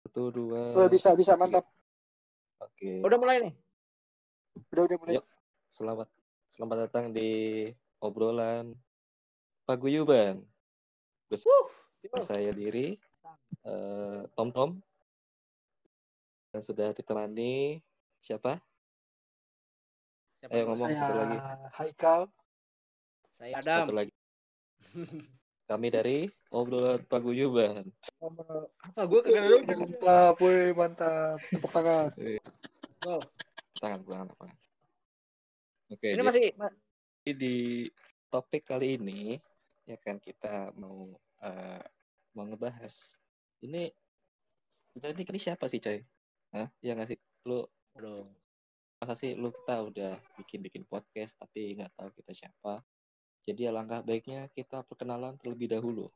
Satu, dua. Eh, bisa bisa mantap. Oke. Udah mulai nih. Udah udah mulai. Yuk. Selamat selamat datang di obrolan paguyuban. Bes saya diri eh, Tom Tom dan sudah ditemani siapa? Siapa Ayo dulu? ngomong Saya satu lagi. Haikal. Saya Adam. Satu lagi. Kami dari obrolan paguyuban. Apa gue kedengeran? Mantap, woi mantap. Tepuk tangan. Wow. Tangan, tangan, tangan. Oke. Ini jadi- masih Jadi di topik kali ini ya kan kita mau eh, mau ngebahas ini kita ini, ini siapa sih coy? Hah? Ya nggak sih? Lu Aduh. masa sih lu kita udah bikin bikin podcast tapi nggak tahu kita siapa? Jadi alangkah baiknya kita perkenalan terlebih dahulu.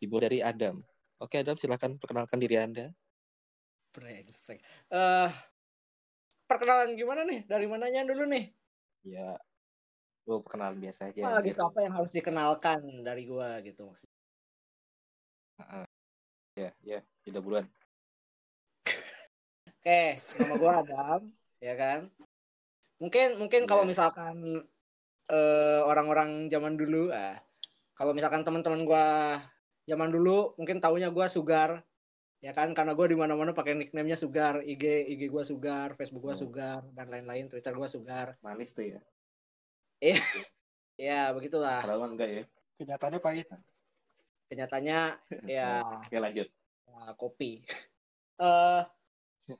Dimulai dari Adam. Oke Adam silahkan perkenalkan diri anda. Brengsek. Eh, perkenalan gimana nih? Dari mananya dulu nih? Ya lu perkenalan biasa aja. Apa anjir. gitu apa yang harus dikenalkan dari gua gitu maksudnya. Ya ya tidak bulan. Oke, nama gua Adam, ya kan? Mungkin mungkin kalau Iya. misalkan eh, orang-orang zaman dulu ah, kalau misalkan teman-teman gua zaman dulu mungkin taunya gua Sugar ya kan karena gua di mana-mana pakai nicknamenya Sugar IG IG gua Sugar Facebook gua Hmm. Sugar dan lain-lain Twitter gua Sugar Manis tuh ya. ya begitulah Kalau enggak ya. Kenyataannya pahit. kenyataannya ya Oke lanjut. Nah, kopi. Eh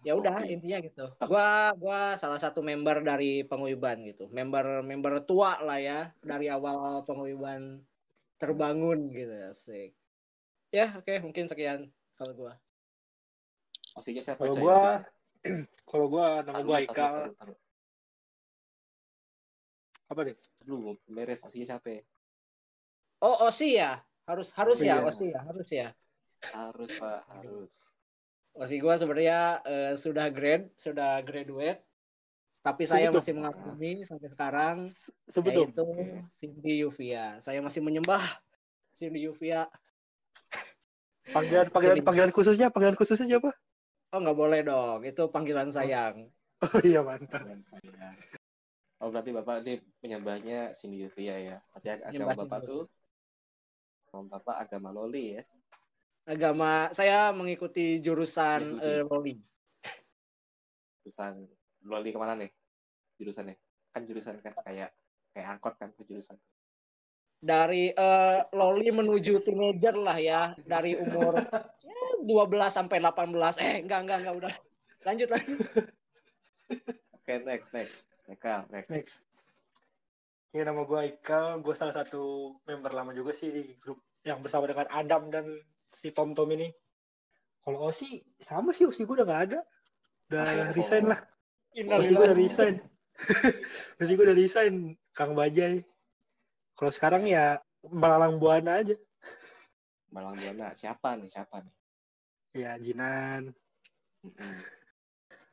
ya udah Kopi. intinya gitu. Gua gua salah satu member dari penguyuban gitu. Member member tua lah ya dari awal penguyuban terbangun gitu asik. Ya, oke mungkin sekian kalau gua. Maksudnya siapa? Kalau coy? gua kalau gua nama Taruh, gua taruh, Haikal taruh, taruh. apa nih? Lu belum beres maksudnya siapa? ya? Oh, Osi ya. Harus harus Osi ya, ya. Osi ya, harus ya. Harus Pak, harus. Osi gua sebenarnya eh, sudah grad, sudah graduate. Tapi saya Segitu. masih mengagumi sampai sekarang Sebelum yaitu Oke. Cindy Yuvia. Saya masih menyembah Cindy Yuvia. panggilan panggilan Sebelum. panggilan khususnya panggilan khususnya apa? Oh nggak boleh dong, itu panggilan sayang. Oh iya mantap. Dan saya. Oh berarti Bapak ini penyembahnya Cindy Yuvia ya. Berarti ag- agama Penyembah Bapak Cindy. tuh agama Bapak agama Loli ya. Agama saya mengikuti jurusan Yahudi. eh, loli. Jurusan Loli kemana nih? Jurusannya. Kan jurusan kan kayak kayak angkot kan ke jurusan. Dari eh, loli menuju teenager lah ya, dari umur ya, 12 sampai 18. Eh enggak enggak enggak udah. Lanjut lanjut. Oke, next next. Haikal, next. Next. Ya nama gua Haikal, gua salah satu member lama juga sih di grup yang bersama dengan Adam dan si Tom Tom ini. Kalau Osi sama sih Osi gua udah nggak ada. Udah resign lah. Terus gue udah dari- resign. Terus gue udah resign. Kang Bajai. Kalau sekarang ya melalang buana aja. Malang Buana. Siapa nih? Siapa nih? Ya Jinan. Hmm. Mm-mm.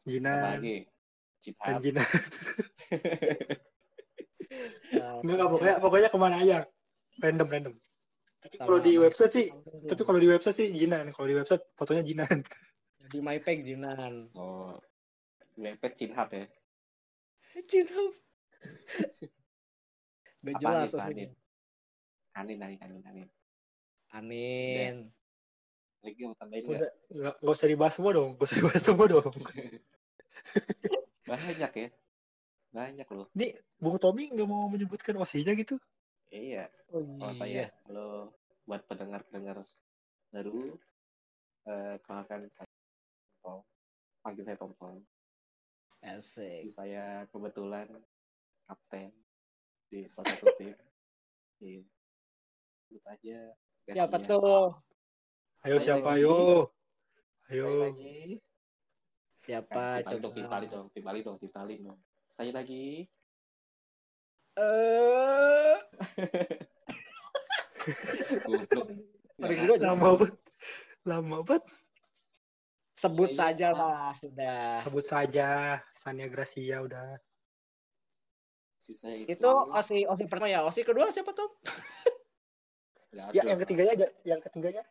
Siapa Jinan. lagi? Dan Cipap. Jinan. Eh, Enggak, enggak, pokoknya, pokoknya kemana aja. Random, random. Tapi Sama- kalau di website sih, tapi Tapi kalau di website sih Jinan. Kalau di website fotonya Jinan. di MyPack Jinan. Oh. Mepet Cinhap ya. Jinan. Udah Apa jelas nih, Pak maksudnya. Anin, Anin, Anin, Anin. Anin. Lagi mau tambahin nggak? Nggak usah- Nggak nggak usah dibahas semua dong. Nggak usah dibahas semua dong. banyak ya banyak loh Nih, Bung Tommy nggak mau menyebutkan osinya gitu. iya Oh kalau saya iya. kalau buat pendengar pendengar baru eh kenalkan saya Tompong panggil saya Tompong Asik. si saya kebetulan kapten di salah satu tim iya sebut aja ya. Siapa gasnya. tuh? Ayo Ayo, siapa, ayo. ayo. Ayo. saya lagi Siapa? Kan, Tim Bali dong tim coba? Bali dong tim Bali dong tim Bali dong saya lagi Eh, goblok Iya. Tarik Jangan. juga, Lama banget. Lama banget. sebut Iya, saja Pak. lah sudah. sebut saja Sania Gracia udah si saya itu, Itu osi osi pertama ya, osi kedua siapa tuh? nggak ya ada. yang ketiganya aja yang ketiganya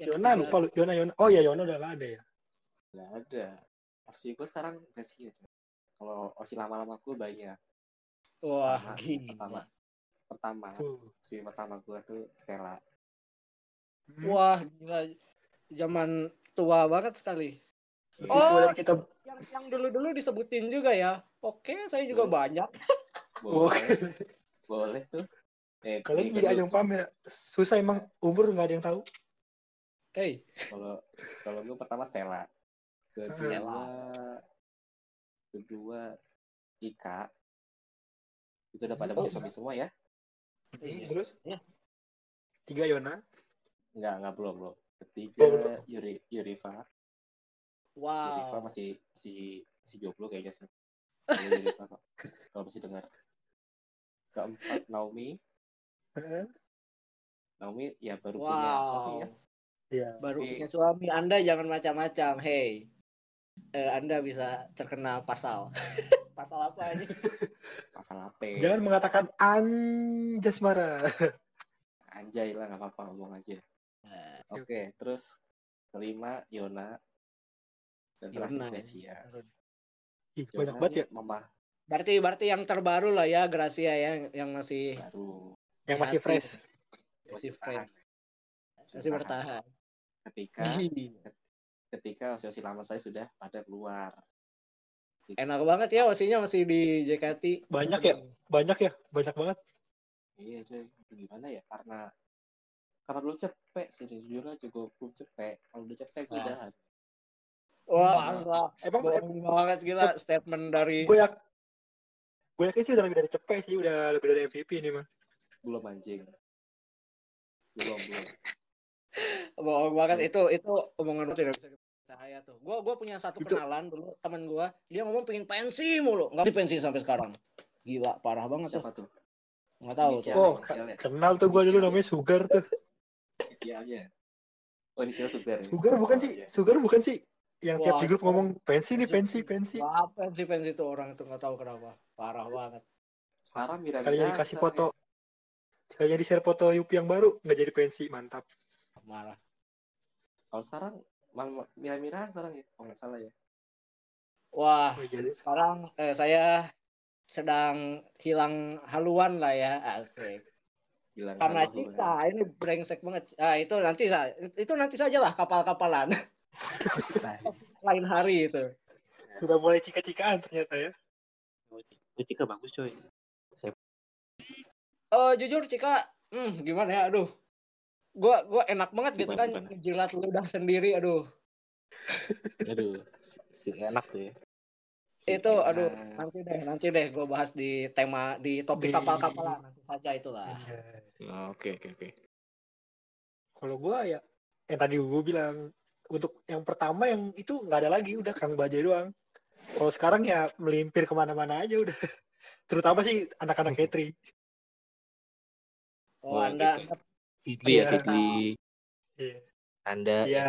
Ya, Yona lupa lu Yona Yona. Oh ya Yona udah nggak ada ya. Gak ada. Opsi gue sekarang Messi aja. Kalau opsi lama-lama gue banyak. Wah, Pertama, gila. pertama. Pertama, Tuh. opsi pertama gue tuh Stella. Hmm. Wah, gila. Zaman tua banget sekali. Itu yang Oh. kita Yang yang dulu-dulu disebutin juga ya. Oke, saya juga Iya. banyak. Boleh, boleh tuh. Eh, Kalian ini kedua- jadi ajang pamer. Susah emang umur nggak ada yang tahu. Hey, Kalau kalau gue pertama Stella. Kedua, Stella. kedua Ika. Itu udah pada Oh. punya suami semua ya? Iya. Terus? Iya. Tiga Yona. Enggak, enggak belum, belum. Ketiga Oh, belum. Yuri Yurifa. Yurifa wow. masih masih masih jomblo kayaknya sih. Kalau Yurifa kok. kalau masih dengar. Keempat Naomi. Heeh. Naomi ya baru punya suami Wow. ya. Iya. Baru Tapi- punya suami. Anda jangan macam-macam. Hey. Eh, anda bisa terkena pasal. pasal apa aja? Pasal Iya. ape. Jangan mengatakan anjasmara. Anjay lah nggak apa-apa ngomong aja. Oke, terus kelima Yona. Dan Yona. terakhir Gracia. Iya, Ih, Yona banyak banget ya. nih Mama Berarti berarti yang terbaru lah ya Gracia ya yang masih baru Yang masih Hati. fresh. Masih bertahan. masih bertahan. Iya. Ketika ketika osi lama saya sudah pada keluar. Enak banget ya osinya masih di JKT. Banyak ya. Banyak ya. Banyak banget. Iya cuy, gimana ya? Karena karena belum cepet sih, jujur aja gue belum cepet. Kalau udah cepet gue Ah. udah Wah, wah, Emang bohong banget gila statement dari gue yak gue yakin sih udah lebih dari cepet sih udah lebih dari MVP ini mah belum anjing. Belum belum. bohong banget itu itu omongan lu tidak bisa dipercaya tuh. Gua gua punya satu Itu- kenalan dulu teman gua, dia ngomong pengen pensi mulu, enggak pensi sampai sekarang. Gila, parah banget tuh. Siapa tuh? Enggak tahu tuh. Inisial, Oh, inisialnya. kenal tuh gue dulu namanya Sugar tuh Inisialnya. Oh, inisial Sugar. ya? Sugar bukan Oh, sih iya. Sugar bukan sih yang tiap Wah. di grup ngomong pensi nih pensi pensi Wah, pensi pensi tuh orang itu enggak tahu kenapa. Parah banget. Sekarang Mira ya. sekalinya Mira, dikasih sekarang foto sekalinya di share foto Yupi yang baru nggak jadi pensi mantap Marah. ya. Kalau sekarang mal- Mira Mira sekarang ya, kalau nggak salah ya. Wah, Oh, jadi sekarang eh, saya sedang hilang haluan lah ya asik Bilang karena halo, cinta ini brengsek banget ah itu nanti sa- itu nanti saja lah kapal-kapalan halo. lain hari itu sudah mulai cika-cikaan ternyata ya Etika bagus coy. oh jujur cika hmm, gimana ya aduh gua gua enak banget gitu Gimana, kan gimana? ngejilat ludah sendiri aduh Aduh, si enak tuh ya. itu aduh nanti deh nanti deh gua bahas di tema di Di- topik kapal-kapalan nanti Ah. saja itulah Anjay. Oh, Oke, oke, oke. kalau gue ya yang tadi gue bilang untuk yang pertama yang itu nggak ada lagi udah Kang Bajai doang kalau sekarang ya melimpir kemana-mana aja udah terutama sih anak-anak Katri Oh, oh anda gitu. Fitri ya, Iya. Fitri. Iya. Anda ya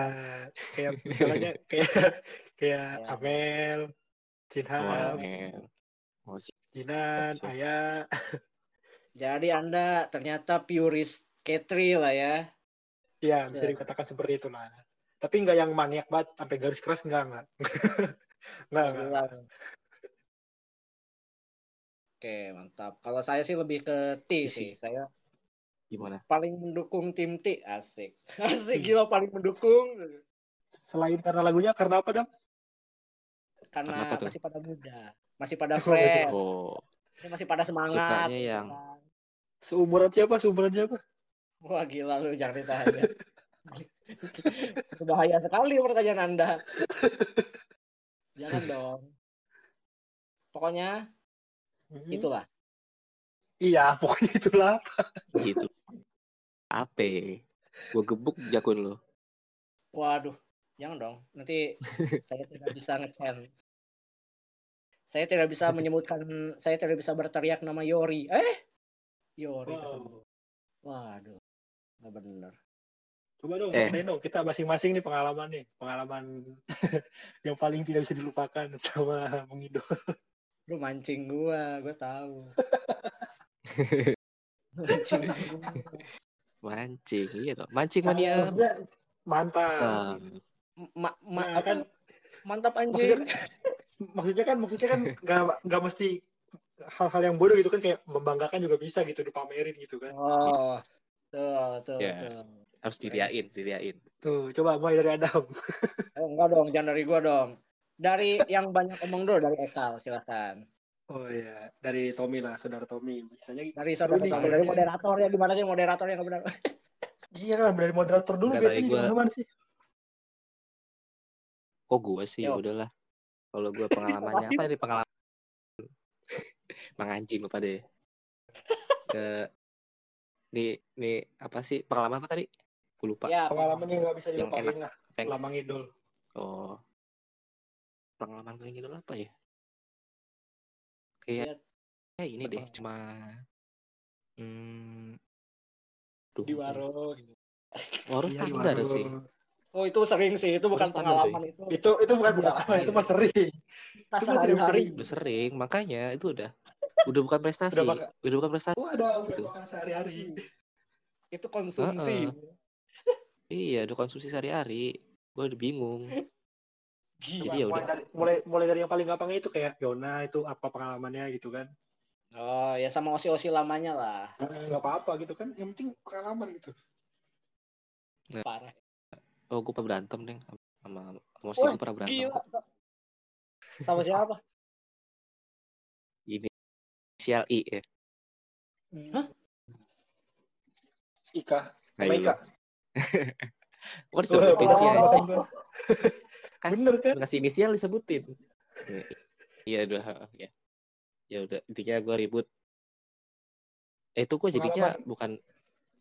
kayak misalnya kayak kayak Amel Cinha Wamen. Oh, si- Jinan Siap. Aya jadi anda ternyata purist Ketri lah ya ya bisa Siap. dikatakan seperti itu lah tapi nggak yang maniak banget sampai garis keras nggak nggak nggak nggak Alhamdulillah. Oke, mantap. Kalau saya sih lebih ke T sih. Saya Gimana? paling mendukung tim T, asik. Hmm. Asik gila paling mendukung selain karena lagunya karena apa dam karena Kenapa tuh? masih pada muda, masih pada fresh, Oh, masih pada semangat. gitu kan. Sukanya yang- seumuran siapa seumuran siapa Wah, gila lu jangan ditanya. Bahaya sekali pertanyaan Anda. Jangan dong. Pokoknya Hmm? itulah. Hmm. iya pokoknya itulah gitu. Ape. Gue gebuk jagoin lo. Waduh, jangan dong. Nanti saya tidak bisa ngecen. Saya tidak bisa menyebutkan, saya tidak bisa berteriak nama Yori. Eh, Yori. Wow. kesebut. Waduh, nggak bener. Coba dong, Eh. ceritain dong. kita masing-masing nih pengalaman nih, pengalaman yang paling tidak bisa dilupakan sama Bung Indo. Lu mancing gua, gua tahu. mancing gua. Mancing, iya toh. Mancing mania. Maksudnya mantap Nah, Ma- ma- Nah, apa? kan mantap maksudnya anjing. maksudnya kan maksudnya kan nggak nggak mesti hal-hal yang bodoh gitu kan kayak membanggakan juga bisa gitu dipamerin gitu kan Oh, tuh, tuh, Ya. tuh. harus diriain, diriain. tuh coba mulai dari Adam Oh, enggak dong, jangan dari gua dong. Dari yang banyak omong dulu dari Ekal, silakan. oh iya dari Tommy lah saudara Tommy biasanya Dari saudara Ini, Tommy, dari moderator ya, gimana sih moderator yang benar? iya kan dari moderator dulu Nggak, biasanya tapi gua- gimana mana sih Oh gue sih, ya Yo. udahlah. Kalau gue pengalamannya apa ini pengalaman? Menganjing lupa deh. Eh, nih, nih apa sih pengalaman apa tadi? Gue lupa. Ya, pengalamannya nggak bisa Yang dilupain enak. lah Pengen- lama ngidol Oh. Pengalaman gue gitu apa ya? Iya. Kayaknya Eh, ini deh, Pengalaman. cuma hmm, duh, di apa ya? warung. gitu. Warung Iya, standar gimana ada dulu? sih. Oh, itu sering sih, itu bukan Terus standar, pengalaman itu. itu itu bukan Iya, pengalaman itu mah sering Kita itu sehari-hari. sering. Udah sering, makanya itu udah udah bukan prestasi, Udah bakal- udah bukan prestasi. oh ada udah Gitu. makan sehari-hari Itu konsumsi. Iya, udah konsumsi sehari-hari. Gue udah bingung. Gila. Jadi ya mulai udah. dari mulai mulai dari yang paling gampangnya itu kayak Yona itu apa pengalamannya gitu kan Oh, ya sama osi-osi lamanya lah. nggak apa-apa gitu kan yang penting pengalaman gitu Parah. Oh, gue pernah berantem, Deng. Sama sama si Wah, gue pernah berantem. Gila. Sama siapa? Sial I ya. Hah? Ika sama Ayo. Ika Gue Wah, disebutin sih. pengalaman anjing. sama gua. Kan? bener kan ngasih inisial disebutin. Iya, Iya udah ya. Ya udah intinya gue ribut. Eh itu gue jadinya Pengalaman. bukan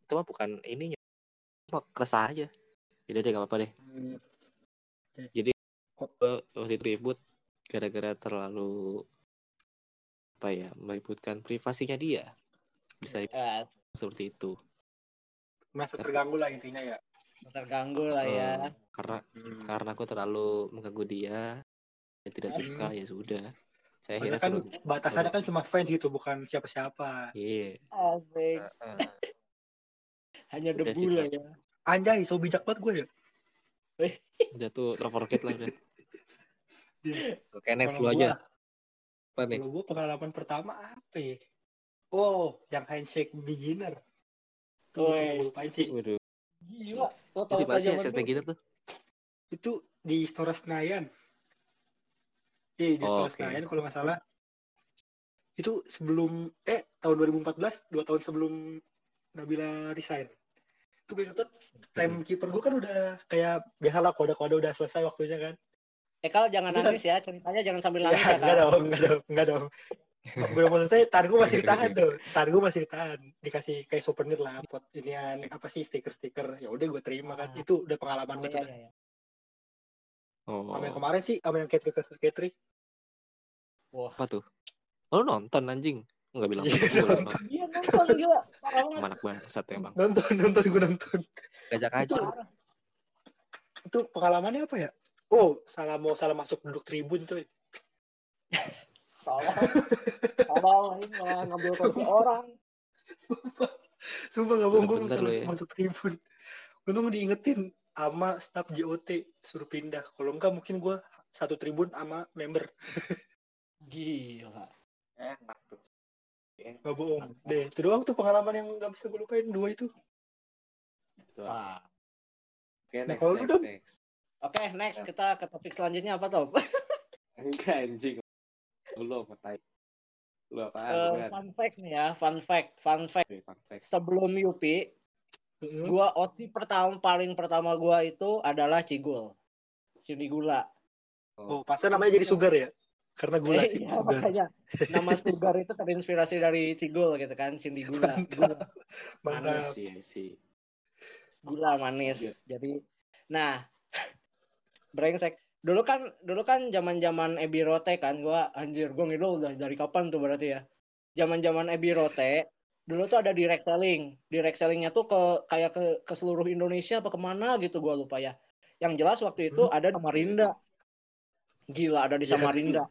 itu mah bukan ininya. Cuma keresah aja. Jadi deh gak apa-apa deh. Gue waktu itu ribut gara-gara terlalu apa ya meributkan privasinya dia. Bisa Eh, seperti itu. masuk terganggu lah intinya ya terganggu lah Eh, ya. karena karena aku terlalu mengganggu dia dia tidak Hmm. suka ya sudah saya Padahal akhirnya kan turun batasannya kan cuma fans gitu bukan siapa-siapa iya Asik. Heeh. Hanya Udah debu sih, lah Pak. ya. anjay so bijak banget gue ya udah tuh rocket lah udah oke next lu Kalau aja apa nih Kalau gue pengalaman pertama apa ya? Oh, yang handshake beginner. Tuh, Wes. gue lupain sih. waduh Gila. Lo itu tau di mana sih zaman SMP dulu. gitu tuh Itu di Store Senayan. Eh, di Oh, Store oke. Senayan kalau nggak salah. Itu sebelum, eh, tahun 2014, dua tahun sebelum Nabila resign. Itu gue catet, timekeeper gue kan udah kayak, biasalah kode-kode udah selesai waktunya kan. Ekal jangan Bukan. nangis ya, ceritanya jangan sambil Ya, nangis ya, enggak Kal. dong, enggak dong, enggak dong. Pas gue udah mau selesai, tar gue masih ditahan tuh. Tar gue masih ditahan. Dikasih kayak souvenir lah, pot inian, apa sih, stiker-stiker. Ya udah gue terima kan. Itu udah pengalaman Iya, gue tuh. iya, iya. oh Sama yang kemarin sih, sama yang Catri versus Catri. Wah. apa tuh lo nonton anjing nggak bilang Iya, gue nonton. nonton Iya, nonton gila. Parah banget. anak banget ya bang Nonton, nonton, gue nonton. gajak aja Itu- Itu pengalamannya apa ya? Oh, salah mau salah masuk duduk tribun tuh. Tolong. Tolong ini malah ngambil kunci orang. Sumpah gak bohong, gue Bentar salah lu ya. masuk tribun. Untung diingetin sama staf JOT suruh pindah. Kalau enggak mungkin gue satu tribun sama member. Gila. Eh, enak tuh Gak bohong. Deh, itu doang tuh pengalaman yang gak bisa gue lupain. Dua itu. Wah. oke Nah, kalau lu, Dam? next Oke, next kita ke topik selanjutnya apa Top? Ah, enggak anjing lu apa tai lu apa Eh, fun fact nih ya, fun fact, fun fact. Sebelum Yupi, Mm-mm. gua otsi pertama paling pertama gua itu adalah Cigul. Sini gula. Oh, pasnya namanya jadi sugar ya? Karena gula Eh, sih, iya, sugar. makanya. Nama Sugar itu terinspirasi dari Cigul gitu kan, Cindy Gula. Gula, Mantap. sih sih gula manis. Jadi nah brengsek. Dulu kan dulu kan zaman-zaman Ebi Rote kan gua anjir gua ngidol udah dari kapan tuh berarti ya. Zaman-zaman Ebi Rote dulu tuh ada direct selling. Direct sellingnya tuh ke kayak ke, ke seluruh Indonesia apa kemana gitu gua lupa ya. Yang jelas waktu itu ada di Samarinda. Gila ada di Iya. Samarinda.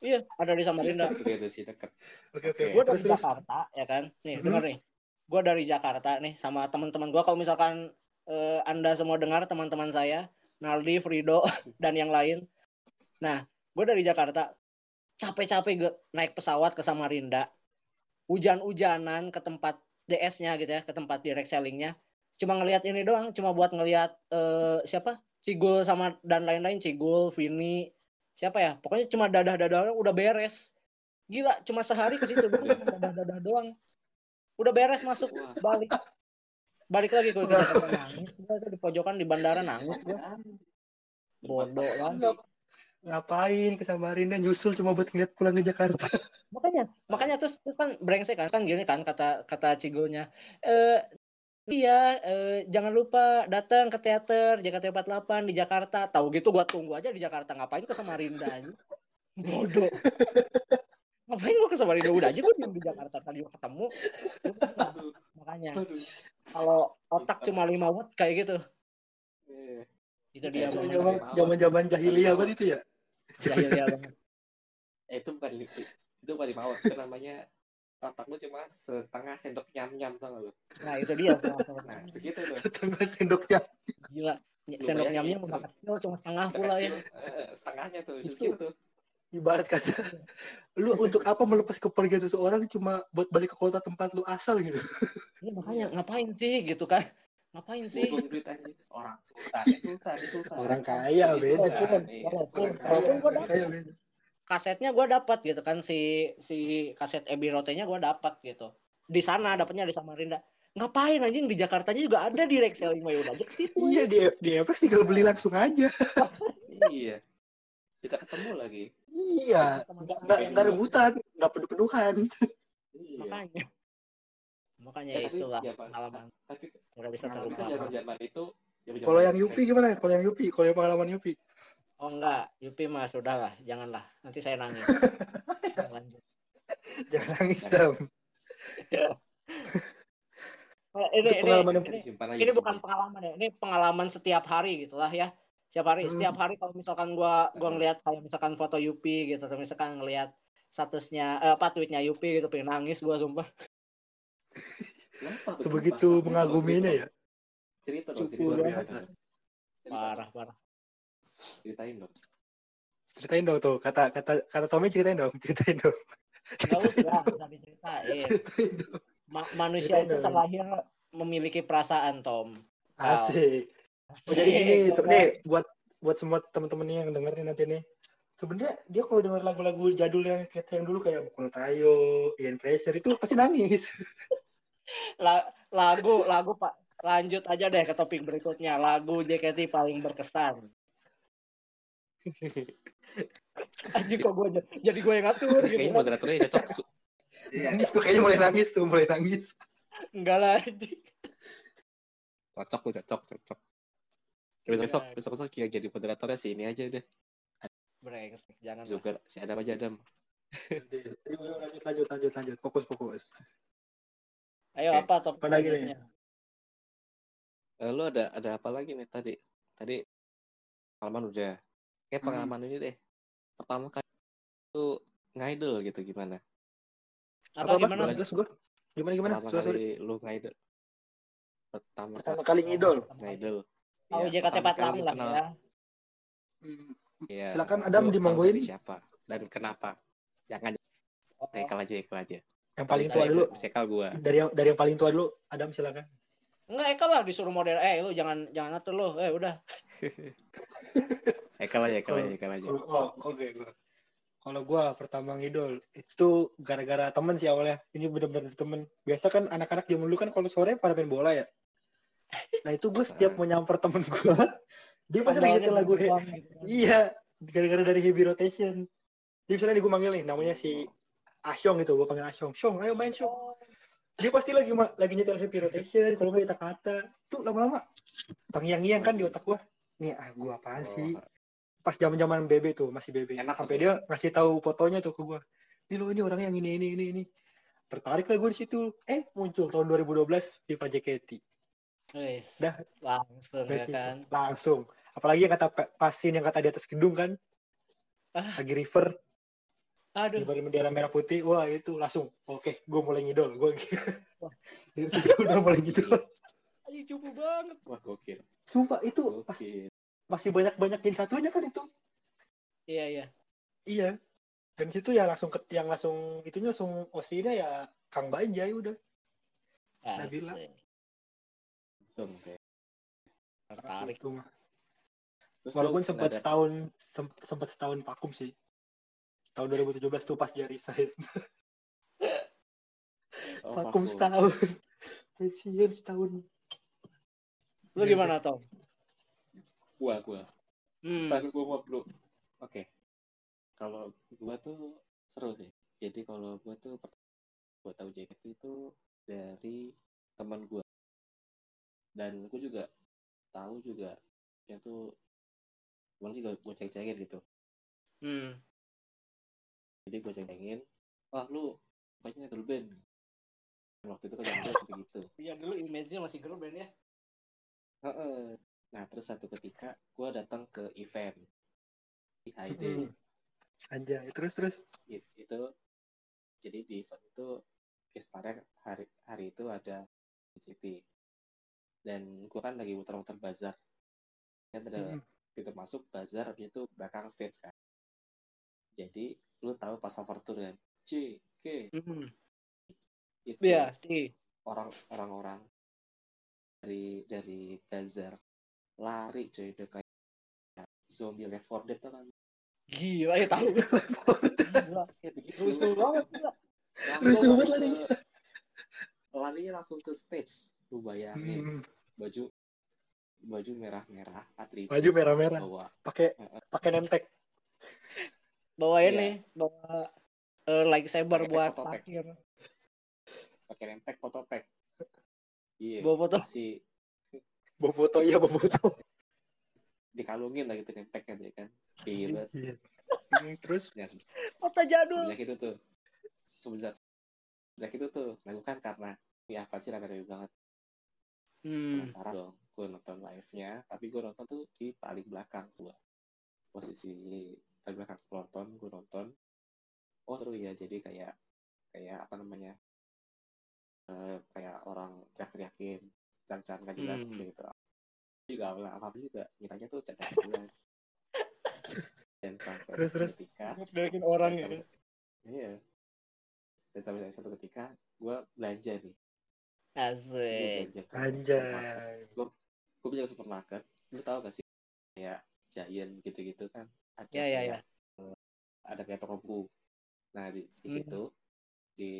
Iya, ada di Samarinda. gitu sih deket Oke, oke. gue dari Terus, terus. Jakarta ya kan nih Mhm. denger nih gue dari Jakarta nih sama teman-teman gue kalau misalkan eh, Anda semua dengar teman-teman saya, Nardi, Frido, dan yang lain. Nah, gue dari Jakarta, capek-capek gue naik pesawat ke Samarinda, hujan-hujanan ke tempat DS-nya gitu ya, ke tempat direct selling-nya. Cuma ngelihat ini doang, cuma buat ngelihat eh, siapa? Cigul sama dan lain-lain, Cigul, Vini, siapa ya? Pokoknya cuma dadah-dadah doang, udah beres. Gila, cuma sehari ke situ Gua cuma dadah-dadah doang. Udah beres masuk Wah. balik. Balik lagi ke Jakarta nangis. Gua tuh di pojokan di bandara nangis gua. Bodoh lah. Ngap- ngapain ke Samarinda nyusul cuma buat ngeliat pulang ke Jakarta makanya makanya terus terus kan brengsek kan kan gini kan kata kata cigonya eh iya eh, jangan lupa datang ke teater JKT48 di Jakarta tahu gitu gua tunggu aja di Jakarta ngapain ke Samarinda anjing? bodoh ngapain gua ke Samarinda udah aja gua diem di Jakarta tadi gua ketemu makanya Aduh, kalau otak cuma lima watt kayak gitu itu dia Iya, Zaman- itu zaman zaman zaman jahiliyah banget itu ya jahilnya banget Eh, itu bukan itu. Itu bukan dimawar. Itu namanya otak lu cuma setengah sendok nyam-nyam tau gak lu? nah itu dia Nah, segitu tuh. tetangga sendoknya gila sendok nyamnya cuma kecil cuma setengah pula ya Eh, setengahnya tuh. Itu. Segitu tuh. ibarat kata lu untuk apa melepas kepergian seseorang cuma buat balik ke kota tempat lu asal gitu Ini Iya, makanya ngapain sih gitu kan? Ngapain sih? Ngumpul duit aja. Orang sultan, sultan, sultan. Orang kaya, Jadi beda. sultan, iya. Orang Kayak- gua dapet. kayak gitu. beda. Kasetnya gua dapat gitu kan si si kaset Ebi Rote-nya gua dapat gitu. Di sana dapatnya di Samarinda. Ngapain anjing di Jakartanya juga ada di Rex Selling Mayu aja ke situ. iya di di FX tinggal beli langsung aja Iya. Bisa ketemu lagi. iya nggak nggak- nggak rebutan nggak penuh penuhan Iya. Makanya. Makanya Eh, tapi itulah iya, Pak. pengalaman Tapi nggak bisa tapi terlupa. kan zaman-zaman itu zaman-zaman kalau yang itu- Yupi gimana kalau yang Yupi kalau yang pengalaman Yupi Oh enggak, Yupi mah sudahlah, janganlah. Nanti saya nangis. Lanjut. jangan nangis dong Oh, Itu ini, pengalaman ini, yang- ini, Disimpan aja, ini bukan disimpan. pengalaman ya ini pengalaman setiap hari gitulah ya setiap hari Hmm. setiap hari kalau misalkan gua gua Hmm. ngelihat kayak misalkan foto Yupi gitu atau misalkan ngelihat statusnya eh, apa tweetnya Yupi gitu pengen nangis gua sumpah Kenapa tuh? sebegitu Kenapa? mengaguminya ya Cerita dong, cerita dong. luar Cukup Cerita biasa dong. parah parah Ceritain dong. ceritain dong tuh kata kata kata Tommy ceritain dong ceritain dong nggak usah Ya nggak diceritain ceritain dong Ma- manusia itu Ceritain dong. terlahir memiliki perasaan Tom asik Oh, jadi gini tuh nih buat buat semua temen-temen nih yang dengerin nanti nih. Sebenarnya dia kalau denger lagu-lagu jadul yang kayak yang dulu kayak Bukono Tayo, Ian Fraser itu pasti nangis. La- lagu lagu pak lanjut aja deh ke topik berikutnya lagu JKT paling berkesan Anjing kok gue jadi gue yang ngatur gitu Kayaknya moderatornya cocok. Su- nangis tuh kayaknya mulai nangis tuh, mulai nangis. Enggak lah. anjing. Cocok lu, cocok, cocok. Terus Iya. besok, besok besok yang jadi moderatornya si ini aja deh. Nah, Brengsek, jangan. lah. Zucker, si Adam aja Adam. Yuk, yuk, lanjut lanjut lanjut lanjut fokus fokus. Ayo Oke. apa topik Apa lagi selanjutnya? Eh, lu ada ada apa lagi nih tadi? Tadi pengalaman udah. Kayak Hmm. pengalaman ini deh. Pertama kali lu ngaidol gitu gimana? Apa, gimana? Nggak jelas gua. Gimana gimana? Pertama Sorry, sorry. kali lu ngaidol. Pertama Pertama kali ngidol. ngaidol. Oh, Nah, Iya, JKT48 pertama kali lu lah kenal- ya. Hmm, Iya. Silakan, Lu Adam, tahu dimonggoin. dari Siapa dan kenapa? Jangan Oh, Ekal aja, Ekal aja. Yang paling Dari tua saya, dulu. Pak. Sekal gua. Dari yang dari yang paling tua dulu, Adam silakan. Enggak, Eka lah disuruh model. Eh, lu jangan jangan atur lu. Eh, udah. Ekal aja, Ekal aja, Ekal aja. Oh, oh, oke gua. Kalau gua pertama ngidol itu gara-gara temen sih awalnya. Ini bener-bener temen. Biasa kan anak-anak zaman dulu kan kalau sore pada main bola ya. Nah itu gue setiap mau nyamper temen gua, dia pasti lagi nyetel gitu lagu he- Iya, gara-gara dari heavy rotation. Jadi misalnya nih gue manggil nih namanya si Asyong gitu, gue panggil Asyong. Syong, ayo main Syong. Dia pasti lagi ma- lagi nyetel heavy rotation, kalau nggak kita kata. Tuh lama-lama terngiang-ngiang kan di otak gua. Nih ah gua apaan sih? Oh, pas zaman zaman BB tuh masih BB Enak sampai tuh. dia ngasih tahu fotonya tuh ke gue ini lo ini orangnya yang ini ini ini ini tertarik lah gue di situ eh muncul tahun 2012 FIFA JKT Wes. Dah. Langsung Dari ya situ, kan. langsung apalagi yang kata pe- pasin yang kata di atas gedung kan Ah. lagi river Aduh, di bendera merah putih wah gitu. itu langsung oke gue mulai ngidol gue dari situ udah mulai ngidol Anjing cupu banget. Wah gokil. Sumpah itu Oh, pas- Gokil. masih banyak-banyak jadi satunya kan itu. Iya iya. Iya. Dan situ ya langsung ke, yang langsung itunya langsung OC-nya ya Kang Bajai udah. Nabila. Asik. Langsung kayak. Tertarik. Itu mah. Terus Gitu. Walaupun lu sempat nggak ada- setahun sem- sempat setahun vakum sih. Tahun 2017 tuh pas dia resign. oh, vakum setahun. Pensiun setahun. Lu gimana Tom? Gua gua. iya. Hmm. Baru gua mau dulu. Oke. Kalau gua tuh seru sih. Jadi kalau gua tuh per- gua tahu JKT itu dari teman gua. Dan gua juga tahu juga dia tuh cuman juga gua cek-cekin gitu. Hmm. Jadi gua cek-cekin, "Wah, lu kayaknya girl band." Waktu itu kan yang gua seperti itu. Iya dulu image-nya masih girl band ya. Heeh. Nah, terus satu ketika gua datang ke event di Haide. Hmm. Anjay, terus terus. It- itu jadi di event itu pestanya hari hari itu ada CCP dan gua kan lagi muter-muter bazar kan ada Mm-mm. pintu masuk bazar habis itu belakang stage kan jadi lu tahu pas overture kan C K Hmm. itu Iya, Ti. orang orang orang dari dari bazar lari cuy udah kayak zombie left 4 dead tuh kan Gila ya tahu. Gila. Kayak begitu. Rusuh banget. gila. Langsung Rusuh banget lari larinya. ke- larinya langsung ke stage lu bayangin Hmm. baju baju merah-merah atribut Baju merah-merah. bawa Pakai pakai name tag. Bawa Iya. ini, bawa eh lightsaber Pakai buat topeng. akhir. pakai rempek foto pack iya Bawa foto. masih Bawa foto iya bawa foto. dikalungin lah gitu rempeknya dia kan gila Iya. Hmm, terus ya se- Foto jadul. semenjak itu tuh semenjak semenjak itu tuh nah, gua kan karena ya pasti rame-rame banget Hmm. penasaran dong gue nonton live-nya tapi gue nonton tuh di paling belakang gue posisi paling belakang penonton gue nonton oh seru ya jadi kayak kayak apa namanya eh, kayak orang teriak-teriakin can-can gak jelas Hmm. gitu juga nggak apa juga miranya tuh can gak jelas dan sampai Terus, terus. ketika Bikin orang ya. dan sampai- iya dan sampai satu ketika gue belanja nih Gua belanja Asik. ke supermarket anjay. gue punya supermarket lu tau gak sih kayak Giant gitu-gitu kan ada Ya ya ya. kayak- eh, ada kayak toko buku nah di, di Hmm. situ di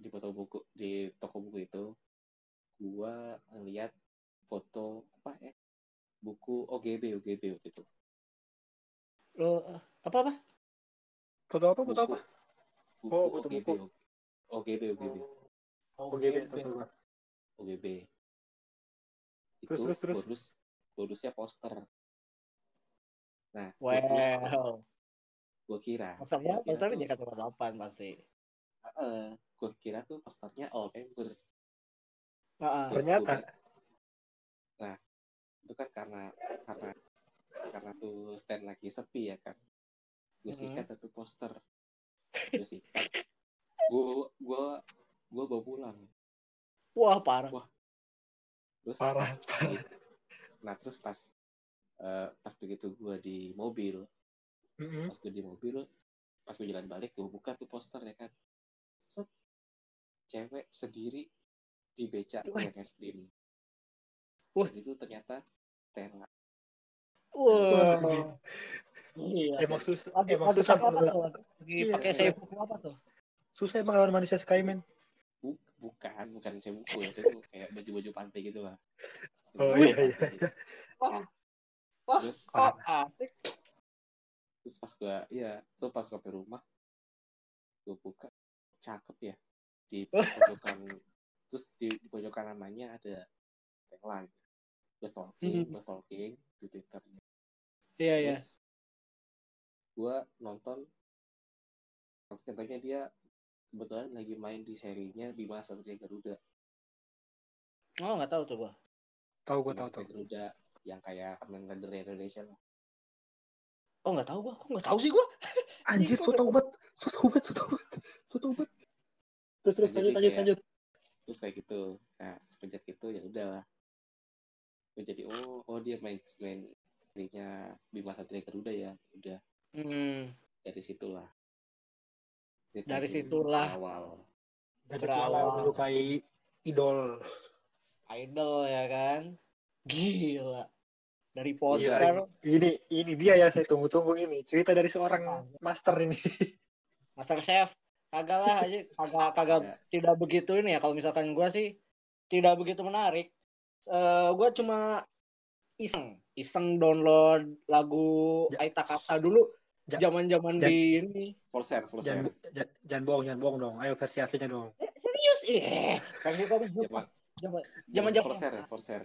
di foto buku di toko buku itu gua lihat foto apa ya buku OGB OGB waktu itu Lu eh, apa apa? Foto apa? Oh, Foto apa? buku Oh, foto buku. OGB OGB Oh, OGB foto apa? OGB itu Terus, terus, terus. bonus bonusnya poster nah gua kira- Well, gua kira posternya gua kira posternya tuh- jaket delapan pasti. eh gue kira tuh posternya all member. Heeh. Ternyata. Nah, itu kan karena karena karena tuh stand lagi sepi ya kan. Gue Mhm. sikat satu poster. Gue sikat. Gue gua gua bawa pulang. Wah parah. Terus Parah. nah terus pas eh, pas begitu gue di mobil, Mm-mm. pas gue di mobil, pas gue jalan balik gue buka tuh poster ya kan. Set. Cewek sendiri di becak Wah. yang es krim. Wah. Dan itu ternyata tema Wah. Wah. Iya. Emang susah, Aduh, emang aduh, susah, apa mengenal- tuh? Dipakai Iya. seibu apa tuh? susah emang lawan manusia sky men. Bu- bukan bukan saya buku ya itu kayak baju-baju pantai gitu lah Oh, Baju iya, iya, pantai. iya. Wah. Wah. terus Oh, asik. terus pas gua ya tuh pas sampai rumah gua buka cakep ya di pojokan terus di, di pojokan namanya ada tagline gua stalking Hmm. gua stalking di twitter Iya iya. terus gua nonton contohnya dia kebetulan lagi main di serinya Bima Satria Garuda Oh nggak tahu tuh gua. Tahu gua Bima tahu tahu. Satria Garuda yang kayak Kamen Rider Indonesia lah Oh nggak tahu gua. Kok nggak tahu sih gua? Anjir, susah obat, susah obat, susah obat, susah obat. Terus terus Jadi lanjut lanjut kayak- lanjut. terus kayak gitu nah semenjak itu ya udah Gue jadi oh oh dia main main linknya Bima Satria Garuda ya udah Hmm, dari situlah Cerita Dari itu situlah. awal Dari Berawal. awal melukai idol. idol ya kan. Gila. Dari poster, Ini ini dia yang saya tunggu-tunggu ini. Cerita dari seorang master ini. Master Chef. Kagak lah aja, kagak kagak Ya. tidak begitu ini ya kalau misalkan gua sih tidak begitu menarik. Eh gua cuma iseng, iseng download lagu Ja- Aita Kata dulu Ja- zaman-zaman Ja- di ini. full set full set jangan, jangan, jangan bohong, jangan bohong dong. Ayo versi aslinya dong. Eh, Serius? Iya. Kan kita kan Zaman- zaman zaman full set ya zaman full set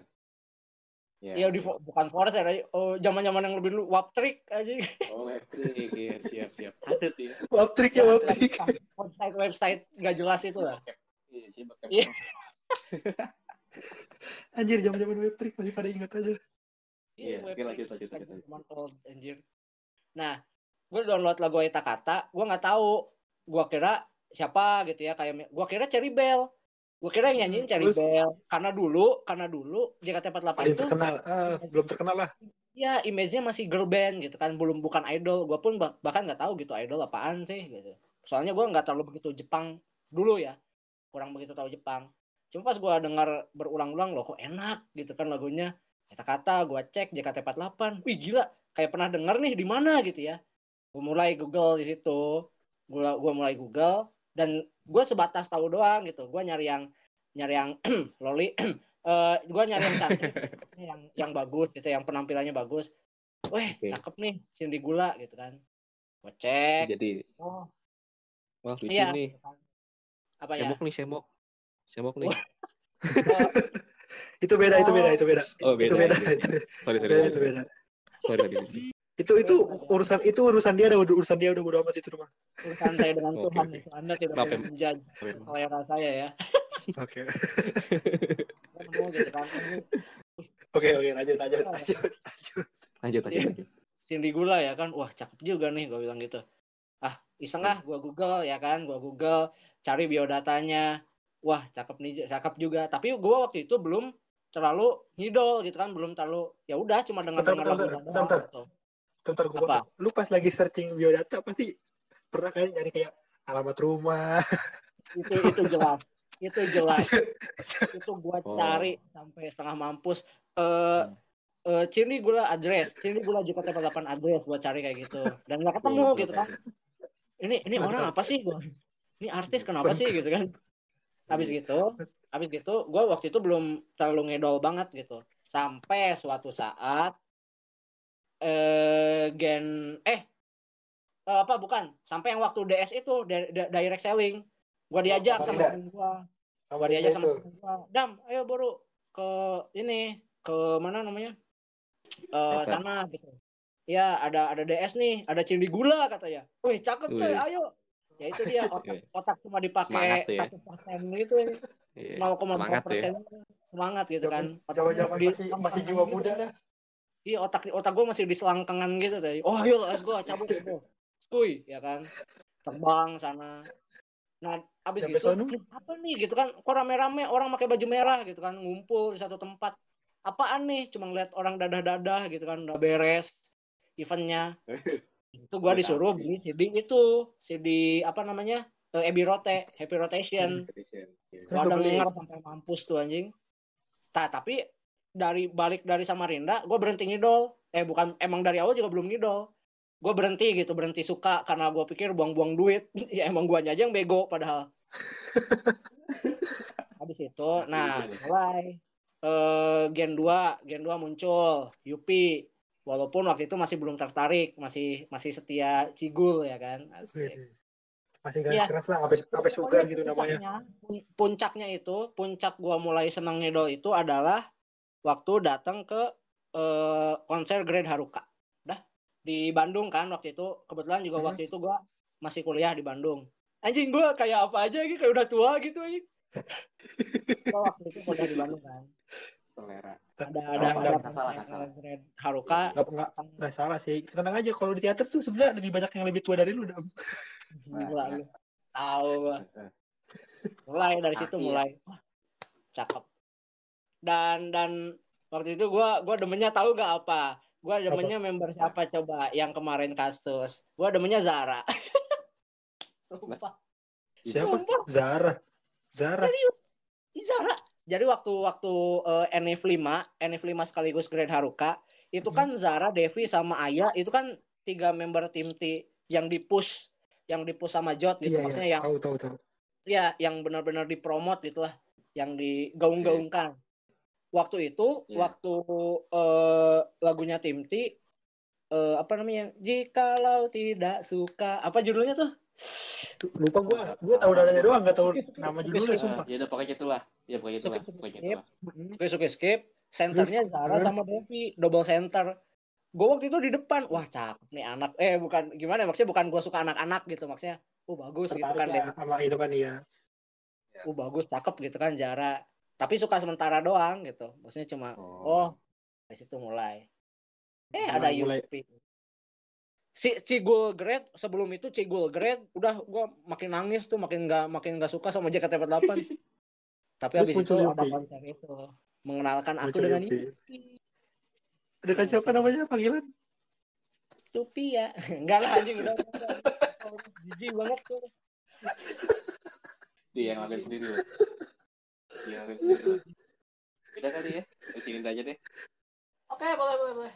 Ya, di, bukan Forest ya, oh, zaman-zaman yang lebih dulu, Wap Trick aja. oh elektrik ya siap siap ada tuh ya Wap trick ya, wap trick. Website-website nggak jelas itu lah. iya sih pakai Iya. Anjir, zaman-zaman web trick masih pada ingat aja. Iya, web oke, lanjut, trick. lanjut, lanjut, lanjut. Zaman old, anjir. Nah, gue download lagu Aita Kata, gue nggak tahu. Gue kira siapa gitu ya, kayak gue kira Cherry Bell. Gue kira yang nyanyiin Hmm, Cherry terus? Bell. Karena dulu, karena dulu JKT48 Belum itu terkenal, ah, belum terkenal lah. ya image-nya masih girl band gitu kan, belum bukan idol. Gue pun bah- bahkan nggak tahu gitu idol apaan sih gitu. Soalnya gue nggak terlalu begitu Jepang dulu ya, kurang begitu tahu Jepang. Cuma pas gue dengar berulang-ulang loh kok enak gitu kan lagunya. Kata-kata gue cek JKT48, wih gila kayak pernah denger nih di mana gitu ya. Gue mulai Google di situ, gue gua mulai Google dan gue sebatas tahu doang gitu. Gue nyari yang nyari yang loli, Eh gue nyari yang cantik, yang yang bagus gitu, yang penampilannya bagus. Weh, Oke. Iya. cakep nih Cindy Gula gitu kan. Gue cek. jadi Oh, wah lucu iya. nih Apa ya? semok nih semok semok nih Itu beda, itu beda, itu beda. Oh, beda, Itu beda, beda. itu beda, sorry sorry beda, sorry itu beda. sorry tadi. Itu itu urusan itu urusan dia, ada urusan dia udah bodo amat itu rumah. urusan saya dengan Oke, Tuhan oke. itu Anda tidak Maaf ya. boleh menjudge Sorry. selera saya ya. Oke, Saya nemu gitu kan. Ini oke, oke, lanjut, lanjut, lanjut, lanjut. lanjut lanjut Iya. lanjut Cindy Gula ya kan. Wah, cakep juga nih gue bilang gitu. Ah, iseng ah gua Google ya kan, gua Google cari biodatanya. Wah, cakep nih, cakep juga. Tapi gua waktu itu belum terlalu ngidol gitu kan, belum terlalu ya udah cuma dengar dengar Bentar, bentar, lagu bentar, bentar. gitu. Bentar gue Apa? potong. Lu pas lagi searching biodata pasti pernah kan nyari kayak alamat rumah. Itu itu jelas. Itu jelas. itu gua Oh. cari sampai setengah mampus eh Hmm. eh Cindy gula address Cindy gula JKT48 address gua cari kayak gitu dan nggak ketemu Iya, gitu kan ini ini orang apa sih gua ini artis kenapa sih gitu kan habis gitu habis gitu gua waktu itu belum terlalu ngedol banget gitu sampai suatu saat eh gen eh eh, apa bukan sampai yang waktu DS itu di- di- direct selling gua diajak sama sama Dinda. temen gua Sama dia dia aja sama Iya, itu. temen gua, Dam, ayo baru ke ini ke mana namanya? Eh Apa? sana gitu. Ya ada ada DS nih, ada cindi gula katanya. Wih cakep cuy, Wih. ayo. Ya itu dia otak, otak cuma Semangat dipakai tuh ya. satu persen gitu, Iya, nol koma semangat ya persen semangat gitu kan. Jawa Jawa di- masih masih jiwa muda lah. Iya otak otak gue masih di selangkangan gitu tadi. Oh ayo let's go cabut itu. Skuy ya kan. Terbang sana. Nah abis Sampai gitu sono. apa nih gitu kan. Kok rame-rame orang pakai baju merah gitu kan. Ngumpul di satu tempat. Apaan nih? Cuma ngeliat orang dadah-dadah gitu kan. Udah beres eventnya. Itu gue Udah tahu. disuruh beli CD itu. CD apa namanya? Eh, Abbey Rote. Happy Rotation. Terus iya. Gua lu beli. denger sampai mampus tuh anjing. Nah, tapi dari balik dari Samarinda, gue berhenti ngidol. Eh bukan, emang dari awal juga belum ngidol. Gue berhenti gitu, berhenti suka karena gue pikir buang-buang duit. ya emang gue aja yang bego padahal. Habis itu, nah mulai eh Gen 2, Gen 2 muncul, Yupi. Walaupun waktu itu masih belum tertarik, masih masih setia cigul ya kan. Asik Masih garis Iya. keras lah, sampai sampai sugar gitu namanya. puncaknya, pun- Puncaknya itu, puncak gua mulai senang ngedol itu adalah waktu datang ke eh, konser Grade Haruka. Dah di Bandung kan waktu itu kebetulan juga Hmm. waktu itu gua masih kuliah di Bandung. Anjing gua kayak apa aja gitu kayak udah tua gitu anjing. gua waktu itu kuliah di Bandung kan. selera Nggak- Ada ada Nggak- ada nggak salah, nggak salah. Grade Haruka. nggak- nggak- nggak salah sih. Tenang aja kalau di teater tuh sebenarnya lebih banyak yang lebih tua dari lu. Dam. Gila lu. Tahu gua. mulai dari situ Kaki ya. mulai Wah, cakep dan dan Waktu itu gua gua demennya tahu gak apa? Gua demennya member siapa coba yang kemarin kasus. Gua demennya Zara. Sumpah. Siapa? Sumpah. Zara. Zara. Serius. Ih, Zara. Jadi waktu waktu eh, NF 5, NF 5 sekaligus Grand Haruka, itu kan Zara, Devi sama Aya itu kan tiga member tim T yang di-push, yang di-push sama Jot gitu. Iya, Maksudnya iya. yang Tahu, tahu, tahu. ya yang benar-benar dipromot gitu lah, yang digaung-gaungkan. Waktu itu, Iya. waktu eh, lagunya tim T eh, apa namanya? Jikalau tidak suka, apa judulnya tuh? Tuh, Lupa gua. Gua tahu dadanya doang, enggak tahu nama judulnya Iya. Ah, sumpah. ya udah pakai itulah. Ya pakai itulah, pakai itulah. Oke, skip, skip. Senternya Terus, Zara terus? sama Devi, double center. Gue waktu itu di depan, wah cakep nih anak. Eh bukan, gimana ya, maksudnya bukan gue suka anak-anak gitu maksudnya. Oh bagus gitu Tertarik kan, Nah, ya, Devi. sama itu kan iya. Oh bagus, cakep gitu kan Zara. Tapi suka sementara doang gitu. Maksudnya cuma, oh, dari situ mulai. Eh ada Mulai- mulai. Yupi. Si Cigul Grade sebelum itu Cigul Grade udah gue makin nangis tuh makin nggak makin nggak suka sama JKT48. Tapi Terus habis itu muncul ada Yupi. konser itu mengenalkan aku Lucu dengan Yupi. ini Dengan siapa namanya panggilan? Yupi ya. Enggak lah anjing udah. udah. Jijik banget tuh. Dia Iya, yang ngelakuin sendiri. loh. Dia yang ngelakuin sendiri. loh. Udah kali ya. Ucilin aja deh. Oke, boleh boleh boleh.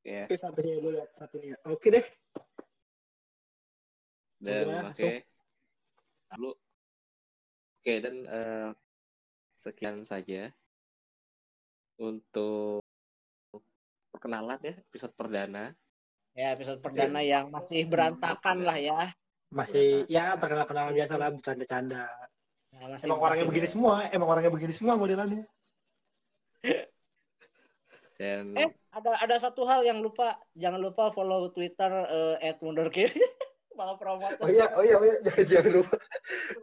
Ya, Oke, sampai sini dulu ya, satu ini. ya. Oke deh. dan Gimana? oke. Dulu. Oke, dan eh, sekian saja untuk perkenalan ya episode perdana. Ya episode perdana yang masih berantakan lah ya. Masih ya perkenalan-perkenalan biasa lah, bercanda-canda. Ya, masih Emang orangnya begini semua, emang orangnya begini semua modelannya. Dan Eh, ada ada satu hal yang lupa. Jangan lupa follow Twitter eh, @mundurkin. Malah promo. Oh iya, oh iya, oh iya. jangan jangan lupa.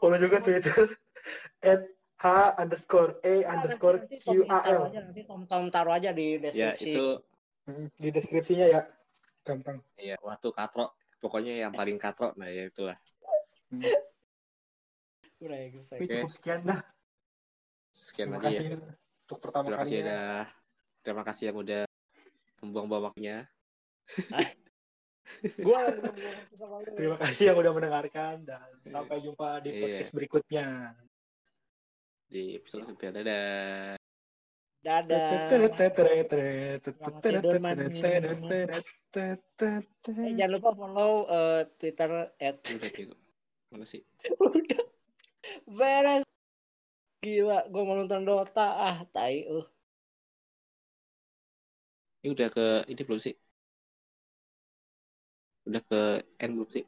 Follow juga Twitter at h underscore a underscore Nanti q Tom a l. taruh aja, nanti Tom Tom taruh aja di ya deskripsi. itu Di deskripsinya ya, gampang. ya waktu katrok pokoknya yang paling katrok nah ya itulah. Hmm, Brengsek. Tapi ya, cukup sekian dah. Sekian Terima aja ya. kasih untuk pertama Terima kasih ya. kalinya. udah terima kasih yang udah membuang-buang waktunya. Gua ya. Terima kasih yang udah mendengarkan dan sampai jumpa di Iya. podcast berikutnya. di episode selanjutnya. Dadah. Dadah. tidur, manis. Eh, jangan lupa follow eh, Twitter at Udah gitu. Mana sih? udah beres gila gue mau nonton Dota ah tai lu Ini udah ke ini belum sih? Udah ke end belum sih?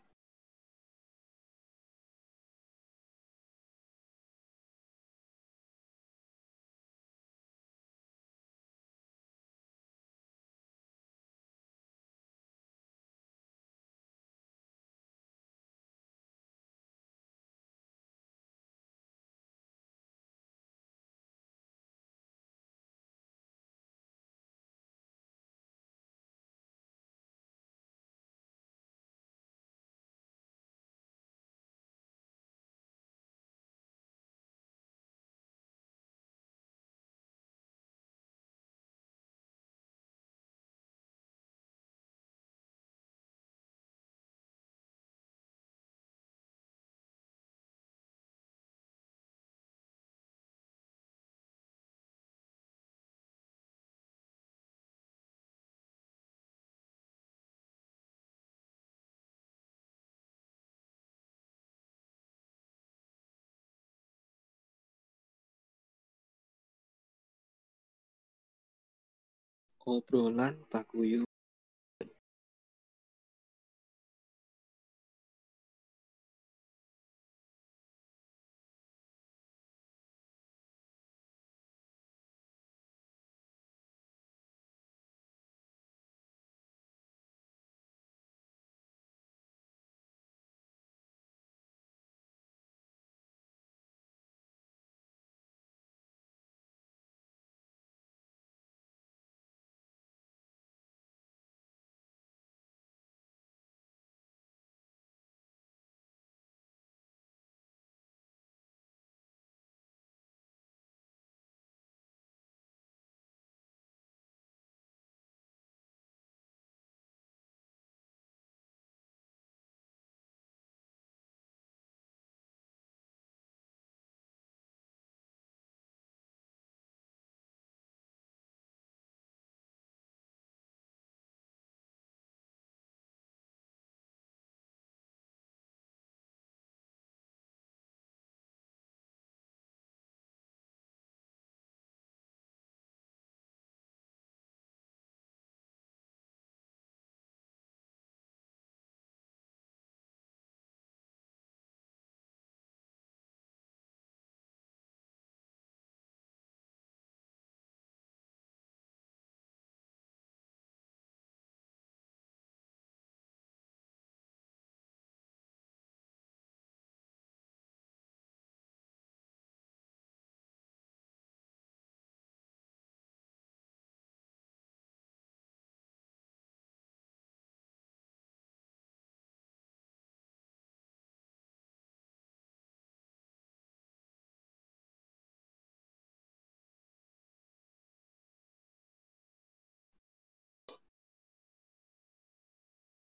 Obrolan Pak Guyu.